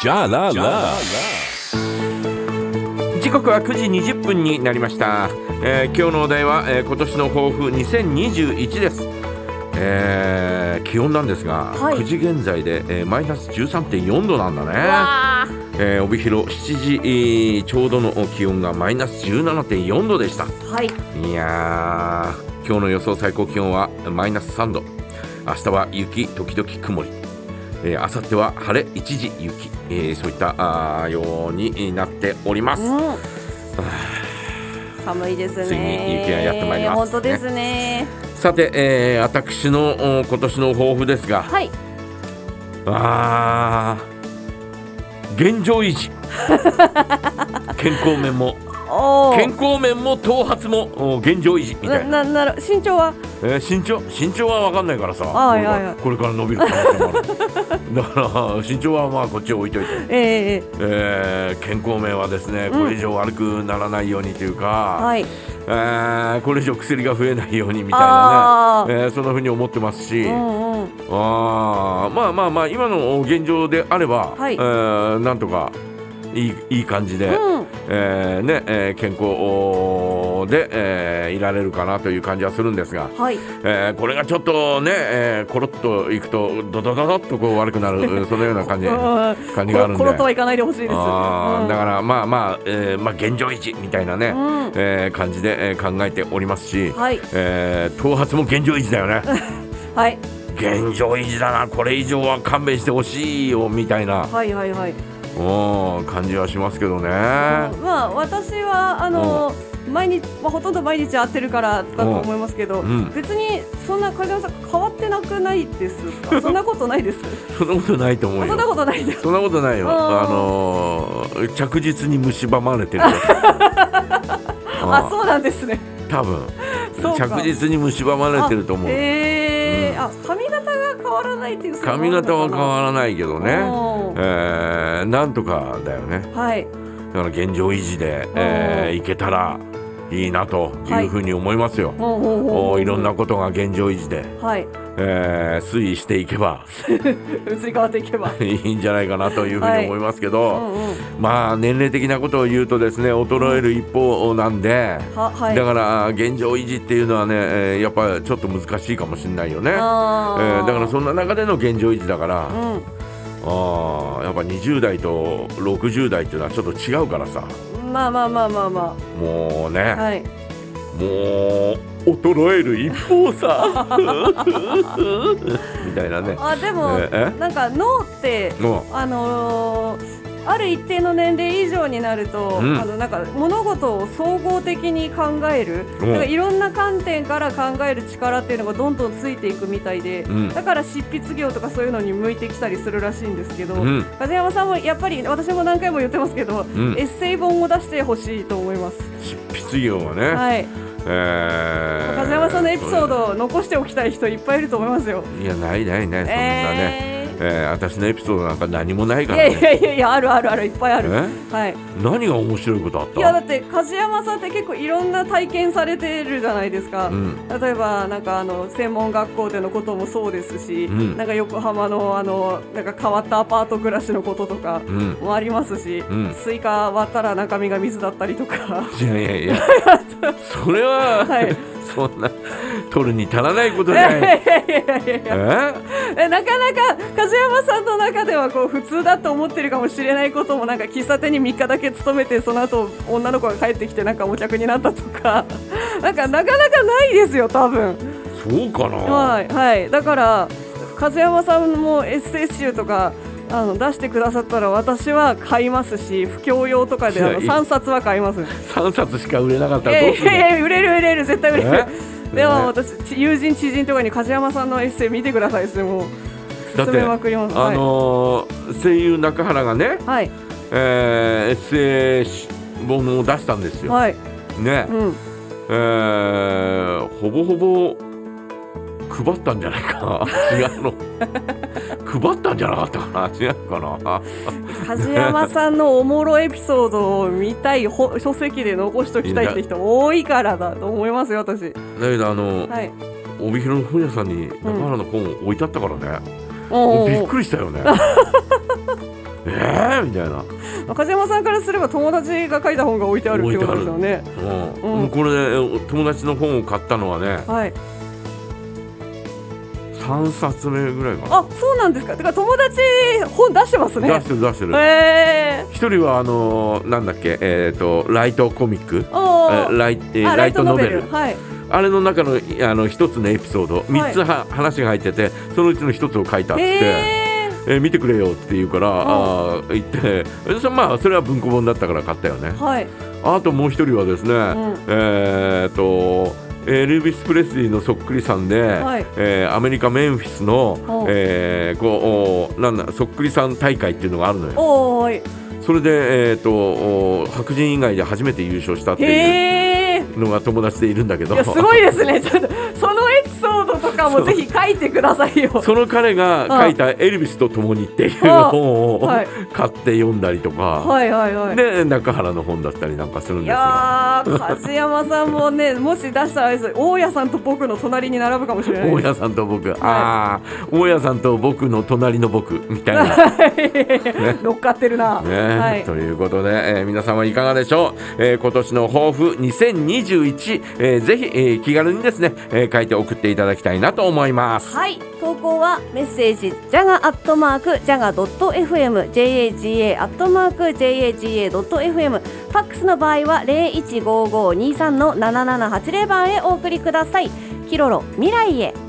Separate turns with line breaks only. じゃらら時刻は9時20分になりました、えー今日のお題は、えー今年の抱負2021です、えー気温なんですが、
はい
9時現在で、えーマイナス13.4度なんだね
わー
えー帯広7時、えーちょうどの気温がマイナス17.4度でした
はい
いやー今日の予想最高気温はマイナス3度明日は雪時々曇り、えー、明後日は晴れ一時雪、えーそういったあーようになっております、
うん寒いですね
ついに雪がやってまいります
本当ですね
さて、えー私のお今年の抱負ですが
はい
あー現状 維持健康面も
お
健
ー
康面も頭髪もお現状維持みたいな
なななる身長は
えー身長身長は分かんないからさ、
はいはいはい
これからこれから伸びる可能性もあるだから身長はまあこっち置いといて、
ええ
えー健康面はですね
うん
これ以上悪くならないようにというか、
はい
えーこれ以上薬が増えないようにみたいな
あ
ね、えーそんなふうに思ってますし、
うんうん
あーまあまあまあ今の現状であれば、
はい
えーなんとかいいいい感じで、
うん
えーねえー健康おーで、えーいられるかなという感じはするんですが。
はい
えーこれがちょっとね、えー、コロッといくとドドドドッとこう悪くなる うんそのような感じ
うん
感じがあるんで
コロッとはいかないでほしいです
あー
うん
だからまあまあ、えーまあ、現状維持みたいなね、
うん
えー感じで、えー考えておりますし、
はい
えー頭髪も現状維持だよね
はい
現状維持だなこれ以上は勘弁してほしいよみたいな
はいはいはい
うん感じはしますけどね。
まあ私はあの毎日、まあ、ほとんど毎日会ってるからだと思いますけど、
うんうん
別にそんな影山さん変わってなくないですかそんなこ とないです
そんなことないと思
あ
う
そんな
よ。
ことないです
そんなことないよ。
うん
あのー着実に蝕まれてる よ。
あそうなんですね
多分
そうか
着実に蝕まれてると思う、
え
う
ー
ん
あ髪型が変わらないっていう
髪型は変わらないけどね、
おー
えーなんとかだよね
はい
だから現状維持で、えーいけたらいいなというふうに思いますよ、
ほうほうほう
おいろんなことが現状維持で、
はい
えー推移していけば
移り変わっていけば
いいんじゃないかなというふうに思いますけど、
うんうん
まあ年齢的なことを言うとですね衰える一方なんで、
ははい
だから現状維持っていうのはね、えーやっぱちょっと難しいかもしれないよね。
あ
え
ー
ーだからそんな中での現状維持だから、あ
うん
ーやっぱ20代と60代っていうのはちょっと違うからさ
まあまあまあまあま
もうね、
あはい
もう衰える一方 さみたいなね
あで
え
も、
ーえ
なんか脳って
も
あのーある一定の年齢以上になると、
うん
あのなんか物事を総合的に考える、
うん
なんかいろんな観点から考える力っていうのがどんどんついていくみたいで、
うん
だから執筆業とかそういうのに向いてきたりするらしいんですけど、
うん
風山さんもやっぱり私も何回も言ってますけど、
ん
エッセイ本を出してほしいと思います。
執筆業はね、
はい、
えー
風山さんのエピソードを残しておきたい人いっぱいいると思いますよ。
いやないないないそんなね、
え
えー私のエピソードなんか何もない
ー
か
い
ら
や
ね
いやいやいやあるあるあるいっぱいある。
え
はい。
何が面白いことあっ
いやだ
た
って梶山さんって結構いろんな体験されてるじゃないですか、
うん
例えばなんかあの専門学校でのこともそうですし、
うん
なんか横浜のあのなんか変わったアパート暮らしのこととか
うん
もありますし、
ん
スイカ割ったら中身が水だったりとか
いやいやい やそれは、
はい
そんな取るに足らないこと
い
じゃ
や い
ない。
やいやいやい
え
やえなかなか梶山さんの中ではこう普通だと思ってるかもしれないこともなんか喫茶店に3日だけ勤めてその後女の子が帰ってきてなんかお客になったとかなんかなかなかないですよ多分。
そうかな、
はい、はい、だから風山さんもエッセイ集とかあの出してくださったら私は買いますし不況用とかであの
いやい
3冊は買います
3冊しか売れなかっ
い
たら
や
どう
い
するの
やいや売れる売れる絶対売れる
え
で
ね
も私ち友人知人とかに梶山さんのエッセイ見てくださいですねもう
だっ
勧
て
めまくります
あ
はい
のー声優中原がね、
はい
えー、エッセイ本を出したんですよ。
はい、
ね、
うん、
えーほぼほぼ配ったんじゃないか な違うの配ったんじゃなかったかな違うかな
梶山さんのおもろエピソードを見たいほ書籍で残しておきたいって人多いからだと思いますよ私
だけどあの、
はい
帯広の本屋さんに中原の本を置いてあったからね、
おうおうおう
びっくりしたよねえー、みたいな、
中島さんからすれば友達が書いた本が置いてあるってことですよね。
うん
うん
もうこれね友達の本を買ったのはね
はい、
3冊目ぐらいか
あそうなんですか。だから友達本出してます
な、
ね
出。してる出してる、
え
一人はあのーなんだっけえっ、とライトコミック
ー、お
え
ー
ライえー
あ
ライトノベル
はい。
あれの中のいあの一つのエピソード三つは、話が入っててそのうちの一つを書いたっつって、え
え
ー見てくれよって言うから、あー言ってえそまあそれは文庫本だったから買ったよね
ー、はい。
あともう一人はですね、えーっとエルビス・プレスリーのそっくりさんで、
はい
えーアメリカ・メンフィスの
お、
えーこうおなんだそっくりさん大会っていうのがあるのよ
おーい。
それで、えーっとお白人以外で初めて優勝したっていう
へ え。
のが友達でいるんだけど
いやすごいですね。ちょっとそのエピソードとかもぜひ書いてくださいよ。
その彼が書いた「エルビスと共に」っていう
あ
本を
はい
買って読んだりとか、
はいはいはい。
で中原の本だったりなんかするん
い
ですよ。
やー梶山さんもねもし出したらあれです大家さんと僕の隣に並ぶかもしれない
大家さんと僕、ああ大家さんと僕の隣の僕みたいな、ね
乗っかってるな、 はい
ということで、えー皆さんはいかがでしょう、えー今年の抱負2021、えーぜひ、えー気軽にですね、えー書いて送っていただきたいなと思います。
はい投稿はメッセージジャガアットマークジャガドット FM JAGA アットマーク JAGA ドット FM ファックスの場合は零一五五二三の七七八零番へお送りくださいキロロ未来へ